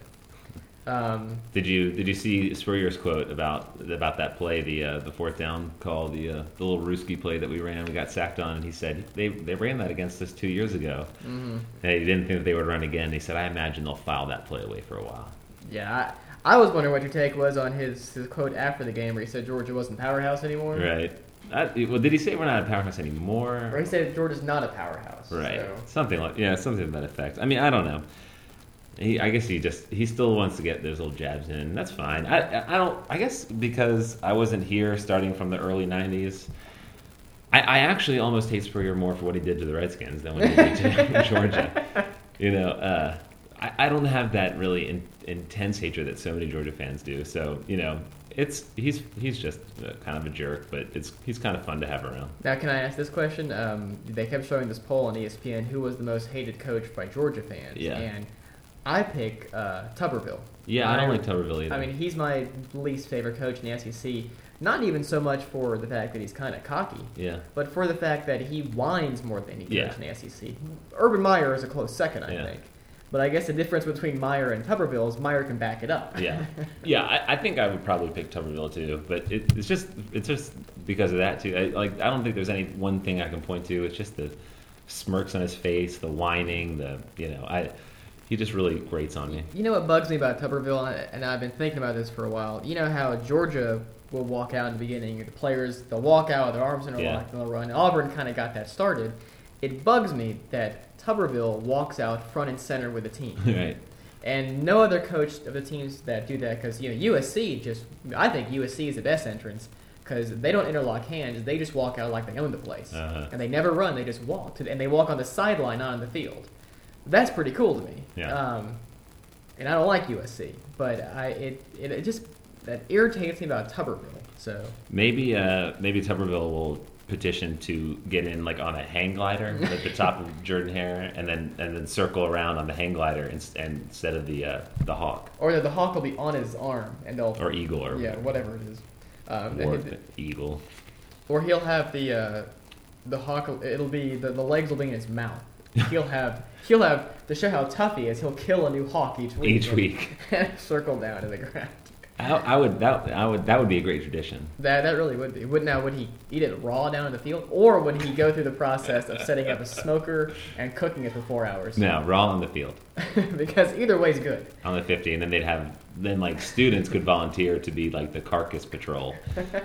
Speaker 1: um,
Speaker 2: Did you did you see Spurrier's quote about about that play, the uh, the fourth down call, the uh, the little Ruski play that we ran, we got sacked on, and he said they they ran that against us two years ago,
Speaker 1: mm-hmm.
Speaker 2: and he didn't think that they would run again. He said, I imagine they'll file that play away for a while.
Speaker 1: yeah, I, I was wondering what your take was on his, his quote after the game where he said Georgia wasn't powerhouse anymore.
Speaker 2: Right? I, well, did he say we're not a powerhouse anymore?
Speaker 1: Or he said Georgia's not a powerhouse.
Speaker 2: Right.
Speaker 1: so-
Speaker 2: Something like yeah, something to that effect. I mean, I don't know. He, I guess he just he still wants to get those little jabs in. That's fine. I I- I don't. I guess because I wasn't here starting from the early '90s. I, I actually almost hate Spurrier more for what he did to the Redskins than what he did to <laughs> Georgia. You know, uh, I, I don't have that really in, intense hatred that so many Georgia fans do. So you know, it's he's he's just uh, kind of a jerk, but it's he's kind of fun to have around.
Speaker 1: Now, can I ask this question? Um, they kept showing this poll on E ESPN: who was the most hated coach by Georgia fans?
Speaker 2: Yeah.
Speaker 1: And I pick uh, Tuberville.
Speaker 2: Yeah, I don't like Tuberville either.
Speaker 1: I mean, he's my least favorite coach in the SEC. Not even so much for the fact that he's kind of cocky,
Speaker 2: yeah.
Speaker 1: but for the fact that he whines more than any coach
Speaker 2: Yeah.
Speaker 1: in the SEC. Urban Meyer is a close second, I
Speaker 2: Yeah.
Speaker 1: think. But I guess the difference between Meyer and Tuberville is Meyer can back it up.
Speaker 2: yeah, yeah. I, I think I would probably pick Tuberville too, but it, it's just it's just because of that too. I, like I don't think there's any one thing I can point to. It's just the smirks on his face, the whining, the you know, I he just really grates on me. <laughs>
Speaker 1: You know what bugs me about Tuberville, and- and I've been thinking about this for a while. You know how Georgia will walk out in the beginning, the players they'll walk out, their arms
Speaker 2: Yeah.
Speaker 1: interlocked, and they'll run. Auburn kind of got that started. It bugs me that Tuberville walks out front and center with the team,
Speaker 2: right?
Speaker 1: and no other coach of the teams that do that because you know USC just I think USC is the best entrance because they don't interlock hands, they just walk out like they own the place,
Speaker 2: Uh-huh.
Speaker 1: and they never run, they just walk, to, and they walk on the sideline, not on the field. That's pretty cool to me.
Speaker 2: Yeah.
Speaker 1: Um, and I don't like USC, but I it, it, it just that irritates me about Tuberville. So
Speaker 2: Maybe uh, maybe Tuberville will petition to get in like on a hang glider at the top of <laughs> Jordan Hare, and then and then circle around on the hang glider ins- and, instead of the uh, the hawk
Speaker 1: or the, the hawk will be on his arm, and they'll
Speaker 2: or eagle or
Speaker 1: <laughs> yeah whatever it is, um,
Speaker 2: or
Speaker 1: and-
Speaker 2: eagle.
Speaker 1: or he'll have the uh, the hawk it'll be the, the legs will be in his
Speaker 2: <laughs>
Speaker 1: mouth. He'll have he'll have to show how tough he is. He'll kill a new hawk each week. <laughs>
Speaker 2: each week.
Speaker 1: and circle down to the ground.
Speaker 2: I, I would that I would that would be a great tradition.
Speaker 1: That that really would be. Would now would he eat it raw down in the field, or would he go through the process of setting up a smoker and cooking it for four hours?
Speaker 2: No, we're all on the field
Speaker 1: <laughs> because either way's good.
Speaker 2: on the fifty, and then they'd have then like students could volunteer to be like the carcass
Speaker 1: <laughs>
Speaker 2: patrol,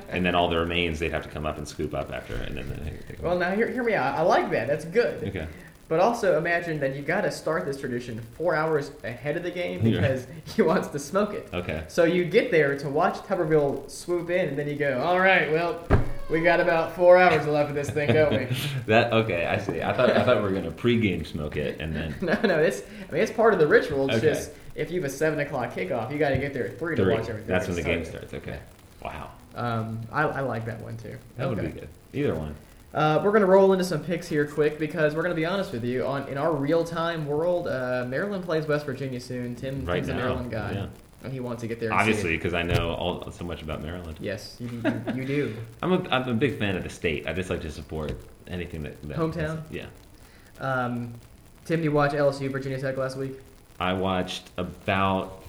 Speaker 2: and then all the remains they'd have to come up and scoop up after, and then they-
Speaker 1: Well, now hear, hear me out. I like that. That's good.
Speaker 2: okay.
Speaker 1: But also imagine that you've got to start this tradition four hours ahead of the game
Speaker 2: Yeah.
Speaker 1: because he wants to smoke it.
Speaker 2: Okay.
Speaker 1: So you get there to watch Tuberville swoop in, and then you go, all right, well, we got about four hours left of this thing, don't
Speaker 2: <laughs>
Speaker 1: we?
Speaker 2: That okay, I see. I thought I thought we were gonna pregame smoke it and
Speaker 1: <laughs>
Speaker 2: then
Speaker 1: no, no, it's I mean it's part of the ritual. It's
Speaker 2: Okay.
Speaker 1: just if you have a seven o'clock kickoff, you got to get there at three, to
Speaker 2: three.
Speaker 1: watch everything.
Speaker 2: That's when the game
Speaker 1: started.
Speaker 2: starts. Okay. Wow.
Speaker 1: Um, I, I like that one too.
Speaker 2: That
Speaker 1: Okay.
Speaker 2: would be good. Either one.
Speaker 1: Uh, we're gonna roll into some picks here quick because we're gonna be honest with you. On in our real time world, uh, Maryland plays West Virginia soon. Tim,
Speaker 2: Right
Speaker 1: Tim's a
Speaker 2: now,
Speaker 1: Maryland guy,
Speaker 2: yeah.
Speaker 1: and he wants to get there. and see it.
Speaker 2: Obviously, because I know all so much about Maryland.
Speaker 1: Yes, you, you, you do. <laughs>
Speaker 2: I'm a I'm a big fan of the state. I just like to support anything that, that
Speaker 1: Hometown?
Speaker 2: Yeah.
Speaker 1: Um, Tim, you watch LSU Virginia Tech last week?
Speaker 2: I watched about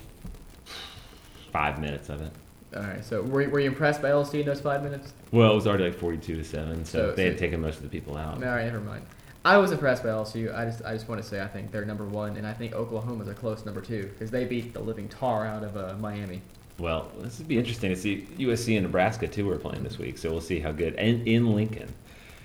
Speaker 2: five minutes of it.
Speaker 1: All right. So were, were you impressed by LSU in those five minutes?
Speaker 2: Well, it was already like 42 to seven, so,
Speaker 1: So-
Speaker 2: they had
Speaker 1: so-
Speaker 2: taken most of the people out.
Speaker 1: All right. Never mind. I was impressed by LSU. I just I just want to say I think they're number one, and I think Oklahoma's a close number two because they beat the living tar out of uh, Miami.
Speaker 2: Well, this would be interesting to see USC and Nebraska too are playing this week, so we'll see how good. And in Lincoln.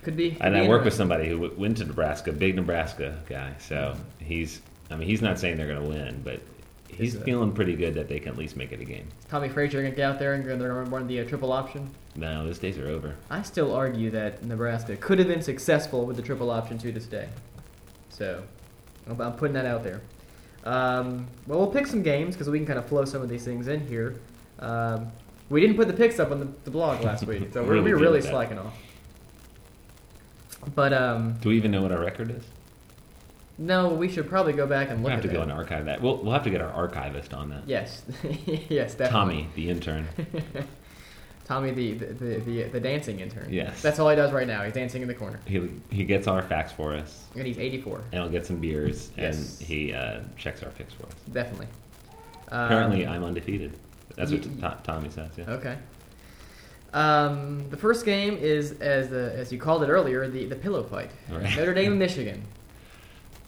Speaker 1: Could be. could
Speaker 2: And
Speaker 1: be
Speaker 2: I work with
Speaker 1: interesting.
Speaker 2: somebody who w- went to Nebraska, big Nebraska guy. So he's, I mean, he's not saying they're going to win, but he's
Speaker 1: Is it-
Speaker 2: feeling pretty good that they can at least make it a game.
Speaker 1: Tommy Frazier gonna get out there and they're gonna run the uh, triple option.
Speaker 2: No, those days are over.
Speaker 1: I still argue that Nebraska could have been successful with the triple option to this day. So, I'm I'm putting that out there. Um, well, we'll pick some games because we can kind of flow some of these things in here. Um, we didn't put the picks up on the, the blog last week, so we're really,
Speaker 2: Really
Speaker 1: we're
Speaker 2: good
Speaker 1: really
Speaker 2: at that.
Speaker 1: slacking off. But um,
Speaker 2: Do we even know what our record is?
Speaker 1: no, we should probably go back and look
Speaker 2: We'll have
Speaker 1: at
Speaker 2: to go
Speaker 1: that.
Speaker 2: and archive that. We'll, we'll have to get our archivist on that.
Speaker 1: Yes, yes, <laughs> definitely.
Speaker 2: Tommy, the intern.
Speaker 1: Tommy, the the, the the the dancing intern.
Speaker 2: Yes.
Speaker 1: that's all he does right now. He's dancing in the corner,
Speaker 2: He, he gets all our facts for us,
Speaker 1: and he's 84.
Speaker 2: and he'll get some beers,
Speaker 1: Yes.
Speaker 2: and he uh, checks our picks for us.
Speaker 1: Definitely. Um,
Speaker 2: Apparently, I'm undefeated. That's what
Speaker 1: you-
Speaker 2: To- Tommy says. Yeah.
Speaker 1: Okay. Um, the first game is, as the, as you called it earlier, the, the pillow fight.
Speaker 2: Right.
Speaker 1: Notre Dame
Speaker 2: <laughs>
Speaker 1: and Michigan.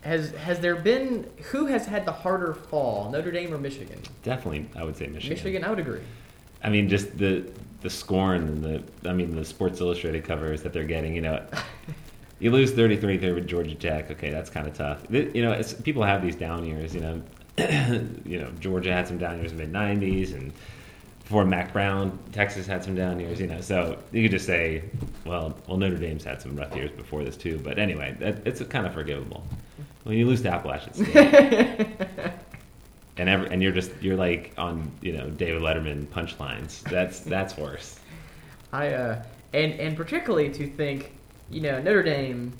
Speaker 1: Has has there been who has had the harder fall, Notre Dame or Michigan?
Speaker 2: Definitely, I would say Michigan.
Speaker 1: I would agree.
Speaker 2: I mean, just the the scorn and the I mean the Sports Illustrated covers that they're getting. You know, you lose 33 there with Georgia Tech. Okay, that's kind of tough. Th- You know, it's, people have these down years. You know, <coughs> you know Georgia had some down years in the mid 90s, and before Mac Brown, Texas had some down years. You know, so you could just say, well, well Notre Dame's had some rough years before this too. But anyway, that, it's kind of forgivable when you lose to Appalachian State. And, every, and you're just you're like on you know David Letterman punchlines. That's that's worse.
Speaker 1: I uh, and and particularly to think, you know, Notre Dame.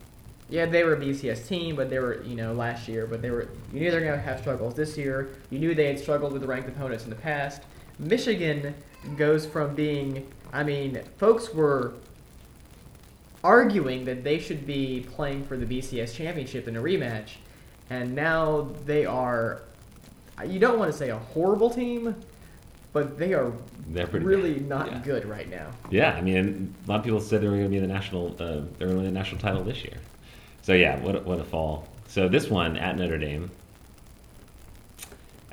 Speaker 1: Yeah, they were a BCS team, but they were you know last year, but they were you knew they were going to have struggles this year. You knew they had struggled with ranked opponents in the past. Michigan goes from being, I mean, folks were arguing that they should be playing for the BCS championship in a rematch, and now they are. You don't want to say a horrible team, but they are
Speaker 2: They're pretty
Speaker 1: really
Speaker 2: bad.
Speaker 1: not
Speaker 2: Yeah.
Speaker 1: good right now.
Speaker 2: Yeah, I mean, a lot of people said they were going to be the national, uh, they were going to the national title this year. So yeah, what a, what a fall. So this one at Notre Dame,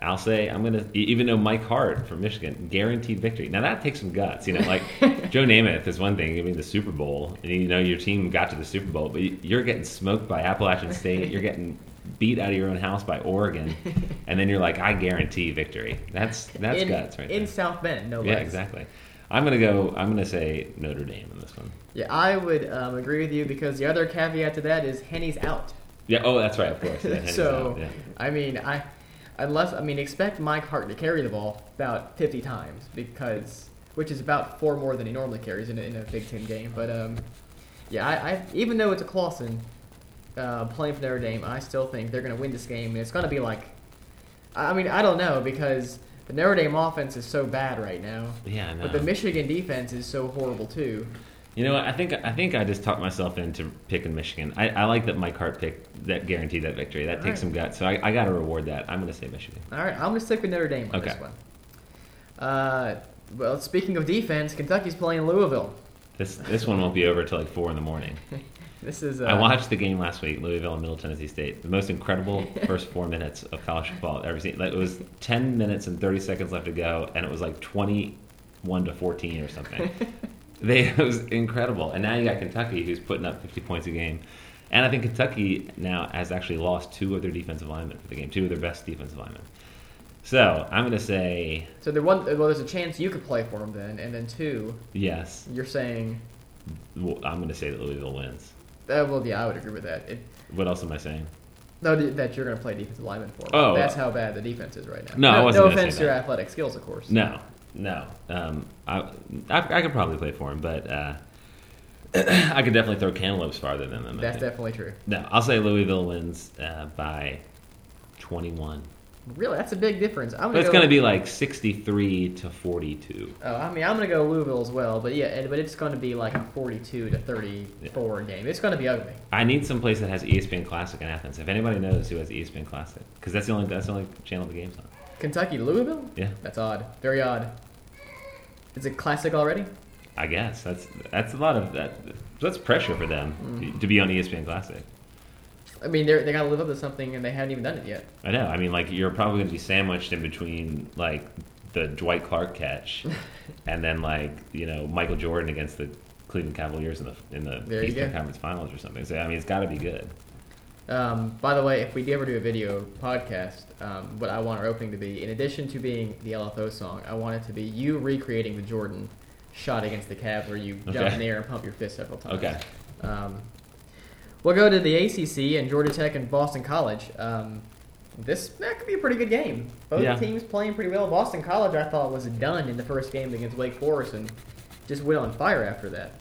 Speaker 2: I'll say I'm going to even though Mike Hart from Michigan guaranteed victory. Now that takes some guts, you know.
Speaker 1: <laughs>
Speaker 2: Like Joe Namath is one thing, giving the Super Bowl, and you know your team got to the Super Bowl, but you- you're getting smoked by Appalachian State. You're getting beat out of your own house
Speaker 1: <laughs>
Speaker 2: by Oregon, and then you're like, I guarantee victory. That's that's
Speaker 1: in,
Speaker 2: guts right
Speaker 1: in
Speaker 2: there.
Speaker 1: South Bend, no
Speaker 2: Yeah,
Speaker 1: less.
Speaker 2: exactly. I'm gonna go. I'm gonna say Notre Dame in this one.
Speaker 1: Yeah, I would um, agree with you because the other caveat to that is Henny's out.
Speaker 2: Yeah. Oh, that's right. Of course. Yeah, Henry's
Speaker 1: so,
Speaker 2: out, yeah.
Speaker 1: I mean, I unless I mean expect Mike Hart to carry the ball about 50 times because which is about four more than he normally carries in a, in a Big Ten game. But um, yeah, I, I even though it's a Clawson uh, playing for Notre Dame, I still think they're going to win this game, and it's going to be like, I I mean, I don't know because the Notre Dame offense is so bad right now.
Speaker 2: yeah. I know.
Speaker 1: But the Michigan defense is so horrible too.
Speaker 2: You know, what? I think I think I just talked myself into picking Michigan. I, I like that Mike Hart picked that guaranteed that victory. That
Speaker 1: All
Speaker 2: takes
Speaker 1: right.
Speaker 2: some guts, so I, I got to reward that. I'm going to say Michigan.
Speaker 1: All right, I'm gonna stick with Notre Dame on
Speaker 2: Okay.
Speaker 1: this one. Uh, well, speaking of defense, Kentucky's playing Louisville.
Speaker 2: This this one won't be over till like four in the morning.
Speaker 1: This is uh,
Speaker 2: I watched the game last week, Louisville and Middle Tennessee State. The most incredible first four minutes of college football I've ever seen. Like, it was 10 minutes and 30 seconds left to go, and it was like 21 to 14 or something. they, it was incredible. And now you got Kentucky, who's putting up 50 points a game. And I think Kentucky now has actually lost two of their defensive linemen for the game, two of their best defensive linemen. So I'm going to say
Speaker 1: so the one well, there's a chance you could play for them then, and then two,
Speaker 2: yes.
Speaker 1: you're saying,
Speaker 2: Well, I'm going to say that Louisville wins.
Speaker 1: uh, well, yeah, I would agree with that. It,
Speaker 2: What else am I saying?
Speaker 1: no, th- that you're gonna play defensive lineman for them.
Speaker 2: Oh,
Speaker 1: that's
Speaker 2: uh,
Speaker 1: how bad the defense is right now.
Speaker 2: No, I
Speaker 1: no,
Speaker 2: wasn't gonna say
Speaker 1: offense to your
Speaker 2: that.
Speaker 1: athletic skills, of course.
Speaker 2: No, no. Um, I, I I could probably play for him, but uh, <clears throat> I could definitely throw cantaloupes farther than them. I
Speaker 1: that's
Speaker 2: think.
Speaker 1: definitely true.
Speaker 2: no, I'll say Louisville wins uh, by twenty-one.
Speaker 1: Really, that's a big difference. I'm gonna
Speaker 2: But it's
Speaker 1: go-
Speaker 2: going to be like sixty-three to forty-two.
Speaker 1: Oh, I mean, I'm gonna go Louisville as well, but yeah, and- but it's gonna be like a 42 to 34 game. It's gonna be ugly.
Speaker 2: I need some place that has E ESPN Classic in Athens. If anybody knows who has E ESPN Classic, because that's the only that's the only channel the game's on.
Speaker 1: Kentucky, Louisville?
Speaker 2: Yeah,
Speaker 1: That's odd. Very odd. Is it classic already?
Speaker 2: I guess that's that's a lot of that. That's pressure for them to be on E ESPN Classic.
Speaker 1: I mean, they they gotta live up to something, and they haven't even done it yet.
Speaker 2: I know. I mean, like you're probably going to be sandwiched in between like the Dwight
Speaker 1: <laughs>
Speaker 2: Clark catch, and then like you know Michael Jordan against the Cleveland Cavaliers in the in
Speaker 1: There
Speaker 2: the
Speaker 1: you
Speaker 2: Eastern
Speaker 1: go.
Speaker 2: Conference Finals or something. So I mean, it's got to be good.
Speaker 1: Um, by the way, if we do ever do a video podcast, um, what I want our opening to be, in addition to being the LFO song, I want it to be you recreating the Jordan shot against the Cavs, where you jump
Speaker 2: Okay.
Speaker 1: in the air and pump your fist several times.
Speaker 2: Okay.
Speaker 1: Um, we'll go to the ACC and Georgia Tech and Boston College. Um, this that could be a pretty good game. Both
Speaker 2: Yeah.
Speaker 1: teams playing pretty well. Boston College, I thought, was done in the first game against Wake Forest and just went on fire after that.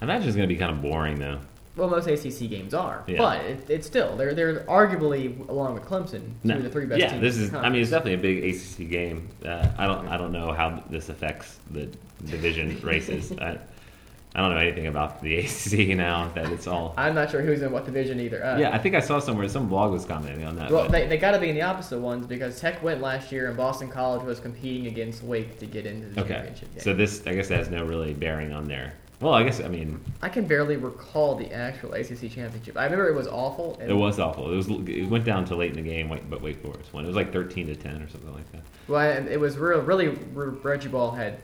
Speaker 2: I imagine it's going to be kind of boring though.
Speaker 1: Well, most ACC games are,
Speaker 2: Yeah.
Speaker 1: but it, it's still they're they're arguably along with Clemson two
Speaker 2: No.
Speaker 1: of the three best
Speaker 2: yeah,
Speaker 1: teams.
Speaker 2: this
Speaker 1: in the
Speaker 2: is. I mean,
Speaker 1: conference.
Speaker 2: it's definitely a big ACC game. Uh, I don't. I don't know how this affects the
Speaker 1: <laughs>
Speaker 2: division races. I, I don't know anything about the ACC now that it's all.
Speaker 1: I'm not sure who's in what division either. Uh,
Speaker 2: Yeah, I think I saw somewhere some blog was commenting on that.
Speaker 1: Well,
Speaker 2: but-
Speaker 1: they, they got to be in the opposite ones because Tech went last year and Boston College was competing against Wake to get into the
Speaker 2: Okay.
Speaker 1: championship game.
Speaker 2: So this, I guess, has no really bearing on there. Well, I guess I mean
Speaker 1: I can barely recall the actual ACC championship. I remember it was awful. And,
Speaker 2: it was awful. It was it went down to late in the game, wait- but Wake Forest won. It was like thirteen to ten or something like that.
Speaker 1: Well, and it was real, really R- Reggie Ball had.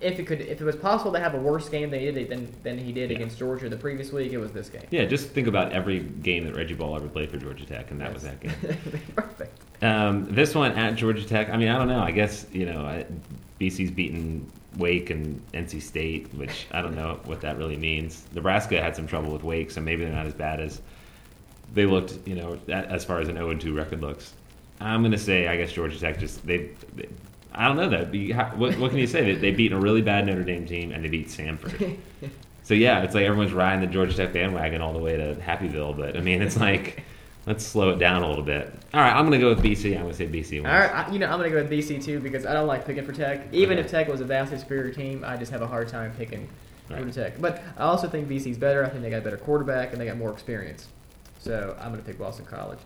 Speaker 1: If it could, if it was possible to have a worse game than he did than, than he did
Speaker 2: Yeah.
Speaker 1: against Georgia the previous week, it was this game.
Speaker 2: Yeah, just think about every game that Reggie Ball ever played for Georgia Tech, and that was that game.
Speaker 1: <laughs> Perfect.
Speaker 2: Um, this one at Georgia Tech. I mean, I don't know. I guess you know, I, BC's beaten Wake and NC State, which I don't know what that really means. Nebraska had some trouble with Wake, so maybe they're not as bad as they looked. You know, a- as far as an 0 2 record looks. I'm gonna say, I guess Georgia Tech just they. they I don't know that. Be- how- What, what can you say? They, they beat a really bad Notre Dame team and they beat Samford.
Speaker 1: <laughs>
Speaker 2: So yeah, it's like everyone's riding the Georgia Tech bandwagon all the way to Happyville, but I mean, it's like let's slow it down a little bit. All right, I'm gonna go with BC. I'm gonna say BC wins.
Speaker 1: All right, I, you know I'm gonna go with BC too because I don't like picking for Tech. Even
Speaker 2: Okay.
Speaker 1: if Tech was a vastly superior team, I just have a hard time picking
Speaker 2: Right.
Speaker 1: for Tech. But I also think BC's better. I think they got a better quarterback and they got more experience. So I'm gonna pick Boston College.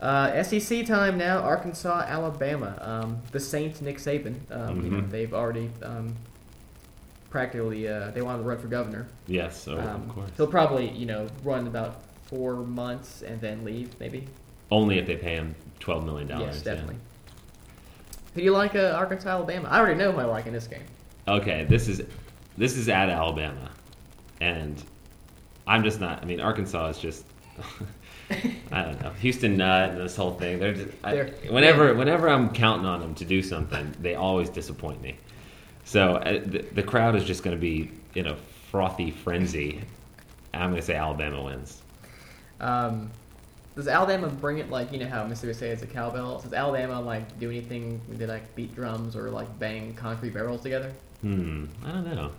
Speaker 1: Uh, SEC time now. Arkansas, Alabama. Um, the Saints, Nick Saban. Um, you know,
Speaker 2: Mhm.
Speaker 1: they've already um, practically uh, they want to run for governor.
Speaker 2: Yes, oh,
Speaker 1: um,
Speaker 2: of course.
Speaker 1: He'll probably you know run about four months and then leave maybe.
Speaker 2: Only if they pay him twelve million dollars.
Speaker 1: Yes, definitely. Who do you like, uh, Arkansas, Alabama? I already know who I like in this game.
Speaker 2: Okay, this is this is at Alabama, and I'm just not. I mean, Arkansas is just. <laughs> I don't know. Houston Nutt and this whole thing. They're just I,
Speaker 1: They're-
Speaker 2: whenever whenever I'm counting on them to do something, they always disappoint me. So uh, the, the crowd is just going to be in a frothy frenzy. I'm going to say Alabama wins.
Speaker 1: Um, does Alabama bring it like you know how Mississippi State is a cowbell? Does Alabama like do anything? They like beat drums or like bang concrete barrels together?
Speaker 2: Hmm. I don't know.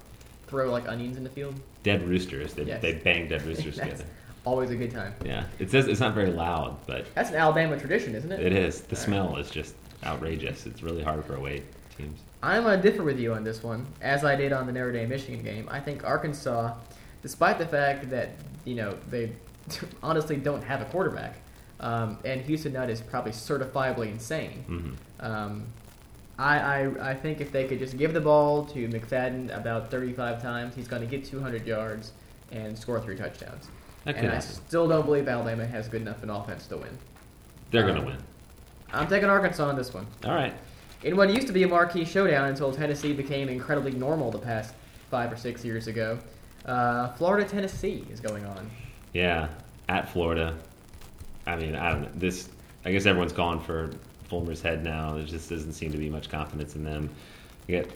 Speaker 1: Throw like onions in the field?
Speaker 2: Dead roosters. They
Speaker 1: Yes.
Speaker 2: they bang dead
Speaker 1: <laughs>
Speaker 2: roosters
Speaker 1: That's
Speaker 2: together.
Speaker 1: always a good time.
Speaker 2: Yeah. It says it's not very loud, but
Speaker 1: That's an Alabama tradition, isn't it?
Speaker 2: It is. The
Speaker 1: All right.
Speaker 2: smell is just outrageous. It's really hard for away teams.
Speaker 1: I'm gonna differ with you on this one, as I did on the Notre Dame Michigan game. I think Arkansas despite the fact that you know they <laughs> honestly don't have a quarterback, um, and Houston Nutt is probably certifiably insane.
Speaker 2: hmm
Speaker 1: Um, I, I I think if they could just give the ball to McFadden about 35 times, he's going to get 200 yards and score three touchdowns.
Speaker 2: That could
Speaker 1: and I
Speaker 2: happen.
Speaker 1: still don't believe Alabama has good enough an offense to win.
Speaker 2: They're
Speaker 1: um,
Speaker 2: gonna win.
Speaker 1: I'm taking Arkansas on this one.
Speaker 2: All right.
Speaker 1: In what used to be a marquee showdown until Tennessee became incredibly normal the past five or six years ago, uh, Florida Tennessee is going on.
Speaker 2: Yeah, at Florida. I mean, I don't know. This, I guess everyone's gone for Fulmer's head now. There just doesn't seem to be much confidence in them. You get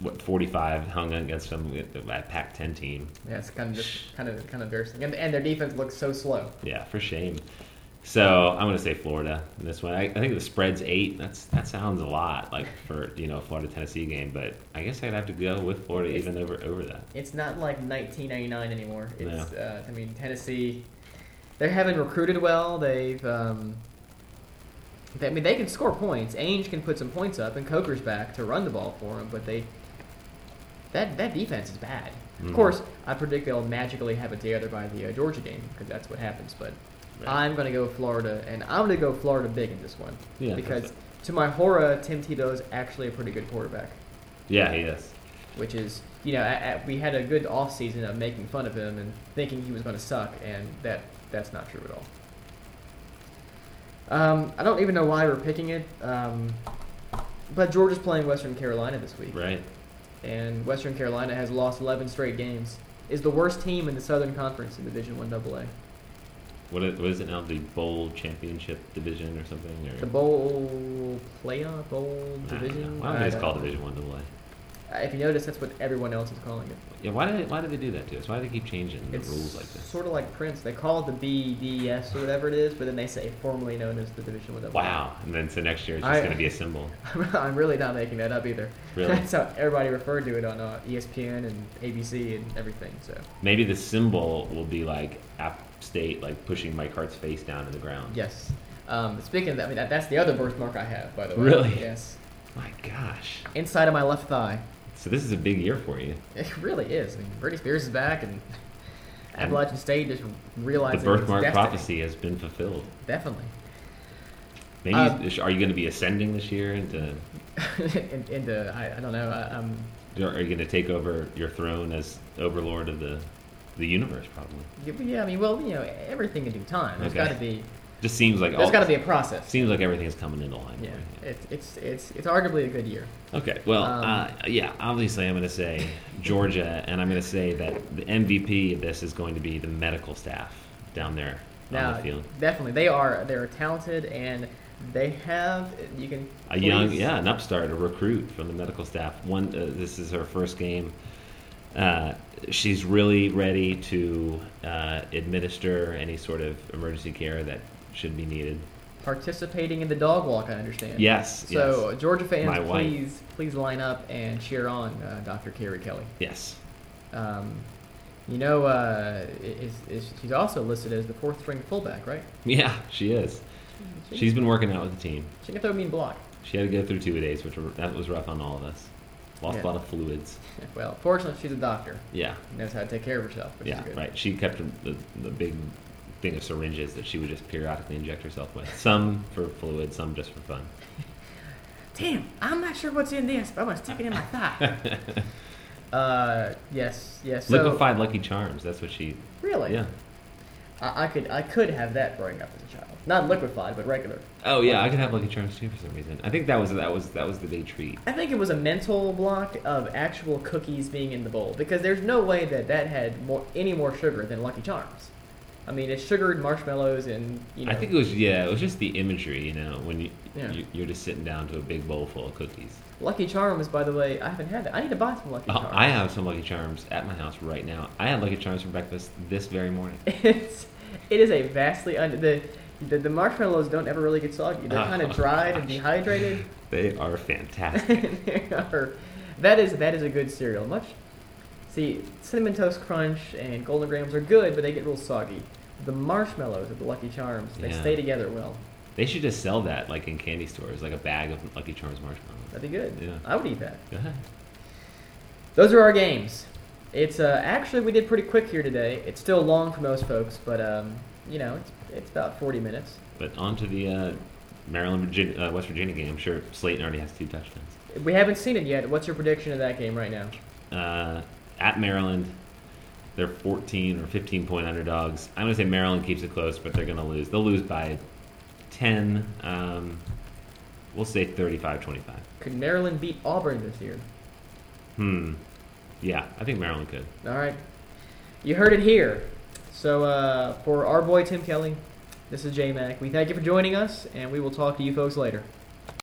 Speaker 2: what 45 hung against them with the that Pac-10 team.
Speaker 1: Yeah, it's kind of just kind of kind of embarrassing, and, and their defense looks so slow.
Speaker 2: Yeah, for shame. So I'm gonna say Florida in this one. I, I think the spread's eight. That's that sounds a lot like for you know a Florida Tennessee game, but I guess I'd have to go with Florida even over over that.
Speaker 1: It's not like 1999 anymore.
Speaker 2: No.
Speaker 1: It's uh, I mean Tennessee, they haven't recruited well. They've um, they, I mean they can score points. Ainge can put some points up, and Coker's back to run the ball for him. But they that that defense is bad. Of
Speaker 2: Mhm.
Speaker 1: course, I predict they'll magically have a day other by the uh, Georgia game because that's what happens. But I'm gonna go Florida, and I'm gonna go Florida big in this one
Speaker 2: Yeah,
Speaker 1: because to my horror, Tim Tebow is actually a pretty good quarterback
Speaker 2: yeah, he is.
Speaker 1: which is you know a a we had a good off season of making fun of him and thinking he was going to suck, and that that's not true at all. Um, I don't even know why we're picking it, um, but Georgia's playing Western Carolina this week,
Speaker 2: Right.
Speaker 1: and Western Carolina has lost 11 straight games. Is the worst team in the Southern Conference in Division One AA.
Speaker 2: What is, what is it now? The Bowl Championship Division or something? Or
Speaker 1: The bowl playoff bowl
Speaker 2: I don't know.
Speaker 1: division.
Speaker 2: Why don't they just
Speaker 1: I
Speaker 2: call
Speaker 1: don't-
Speaker 2: Division One Double A?
Speaker 1: Uh, If you notice, that's what everyone else is calling it.
Speaker 2: Yeah, why do they, why do they do that to us? Why do they keep changing the
Speaker 1: It's
Speaker 2: rules like this?
Speaker 1: Sort of like Prince. They call it the BDS or whatever it is, but then they say formerly known as the Division One.
Speaker 2: Wow! And then so next year it's
Speaker 1: I-
Speaker 2: just going to be a symbol.
Speaker 1: <laughs> I'm really not making that up either.
Speaker 2: Really?
Speaker 1: <laughs> That's how everybody referred to it on uh, ESPN and ABC and everything. So
Speaker 2: Maybe the symbol will be like App State, like pushing Mike Hart's face down to the ground.
Speaker 1: yes. Um, speaking of that, I mean that, that's the other birthmark I have, by the way.
Speaker 2: Really?
Speaker 1: Yes.
Speaker 2: My gosh!
Speaker 1: Inside of my left thigh.
Speaker 2: So this is a big year for you.
Speaker 1: It really is. I mean, Britney Spears is back, and
Speaker 2: And
Speaker 1: Appalachian State just
Speaker 2: The
Speaker 1: realizing its
Speaker 2: birthmark
Speaker 1: destiny.
Speaker 2: prophecy has been fulfilled.
Speaker 1: Definitely. <laughs>
Speaker 2: Maybe
Speaker 1: Um,
Speaker 2: is- are you going to be ascending this year? Into
Speaker 1: and, and uh, I, I don't know. I, I'm
Speaker 2: are you going to take over your throne as overlord of the the universe? Probably.
Speaker 1: Yeah, but yeah, I mean, well, you know, everything in due time. There's
Speaker 2: Okay.
Speaker 1: got to be
Speaker 2: Just seems like
Speaker 1: there's
Speaker 2: all
Speaker 1: got to be a process.
Speaker 2: seems like everything's coming into line. for
Speaker 1: Yeah,
Speaker 2: you.
Speaker 1: it's it's it's it's arguably a good year.
Speaker 2: Okay, well,
Speaker 1: Um,
Speaker 2: uh, yeah, obviously I'm going to say Georgia, and I'm going to say that the MVP of this is going to be the medical staff down there on
Speaker 1: Now,
Speaker 2: the field.
Speaker 1: definitely, they are they are talented and they have you can
Speaker 2: A young,
Speaker 1: please-
Speaker 2: yeah, an upstart, a recruit from the medical staff. One, uh, this is her first game. Uh, she's really ready to uh, administer any sort of emergency care that should be needed.
Speaker 1: participating in the dog walk. I understand.
Speaker 2: Yes,
Speaker 1: So Georgia fans,
Speaker 2: My wife.
Speaker 1: please please line up and cheer on uh, Dr. Kerry Kelly.
Speaker 2: yes,
Speaker 1: Um, you know, uh, is, is she's also listed as the fourth string fullback, right?
Speaker 2: yes, yeah, she is.
Speaker 1: She-
Speaker 2: She's been working out with the team.
Speaker 1: she can throw a mean block.
Speaker 2: She had to go through two days, which were, that was rough on all of us. Lost
Speaker 1: Yeah.
Speaker 2: a lot of fluids.
Speaker 1: Well, fortunately, she's a doctor.
Speaker 2: Yeah,
Speaker 1: knows how to take care of herself, which
Speaker 2: yeah,
Speaker 1: is good.
Speaker 2: right. She kept the, the big thing of syringes that she would just periodically inject herself with. Some for fluid, some just for fun.
Speaker 1: Damn, I'm not sure what's in this, but I'm gonna stick it in my thigh. <laughs> uh, yes, yes. So,
Speaker 2: Liquefied Lucky Charms. That's what she.
Speaker 1: Really?
Speaker 2: Yeah.
Speaker 1: I, I could, I could have that growing up as a child. Not liquefied, but regular.
Speaker 2: Oh yeah, I could have Lucky Charms too for some reason. I think that was that was that was the big treat.
Speaker 1: I think it was a mental block of actual cookies being in the bowl because there's no way that that had more, any more sugar than Lucky Charms. I mean, it's sugared marshmallows and you know.
Speaker 2: I think it was yeah, it was just the imagery, you know, when you,
Speaker 1: Yeah.
Speaker 2: you you're just sitting down to a big bowl full of cookies.
Speaker 1: Lucky Charms, by the way, I haven't had that. I need to buy some Lucky
Speaker 2: Oh,
Speaker 1: Charms.
Speaker 2: I have some Lucky Charms at my house right now. I had Lucky Charms for breakfast this very morning.
Speaker 1: it's it is a vastly under the, the the marshmallows don't ever really get soggy. They're
Speaker 2: Oh,
Speaker 1: kind of dried and
Speaker 2: gosh.
Speaker 1: dehydrated. <laughs>
Speaker 2: They are fantastic.
Speaker 1: They are- that is that is a good cereal. Much see cinnamon toast crunch and golden grams are good, but they get real soggy. The marshmallows of the Lucky Charms they
Speaker 2: Yeah.
Speaker 1: stay together well.
Speaker 2: They should just sell that like in candy stores, like a bag of Lucky Charms marshmallows.
Speaker 1: That'd be good.
Speaker 2: Yeah.
Speaker 1: I would eat that.
Speaker 2: Go ahead.
Speaker 1: Those are our games. It's uh, actually we did pretty quick here today. It's still long for most folks, but um, you know, it's it's about 40 minutes.
Speaker 2: But on to the uh, Maryland Virginia, uh, West Virginia game. I'm sure Slayton already has two touchdowns.
Speaker 1: We haven't seen it yet. What's your prediction of that game right now?
Speaker 2: Uh, at Maryland, they're 14 or 15 point underdogs. I'm going to say Maryland keeps it close, but they're going to lose. They'll lose by 10. Um, we'll say 35 25.
Speaker 1: Could Maryland beat Auburn this year?
Speaker 2: Hmm. Yeah, I think Maryland could.
Speaker 1: All right. You heard it here. So uh, for our boy Tim Kelly, this is J Mac. We thank you for joining us, and we will talk to you folks later.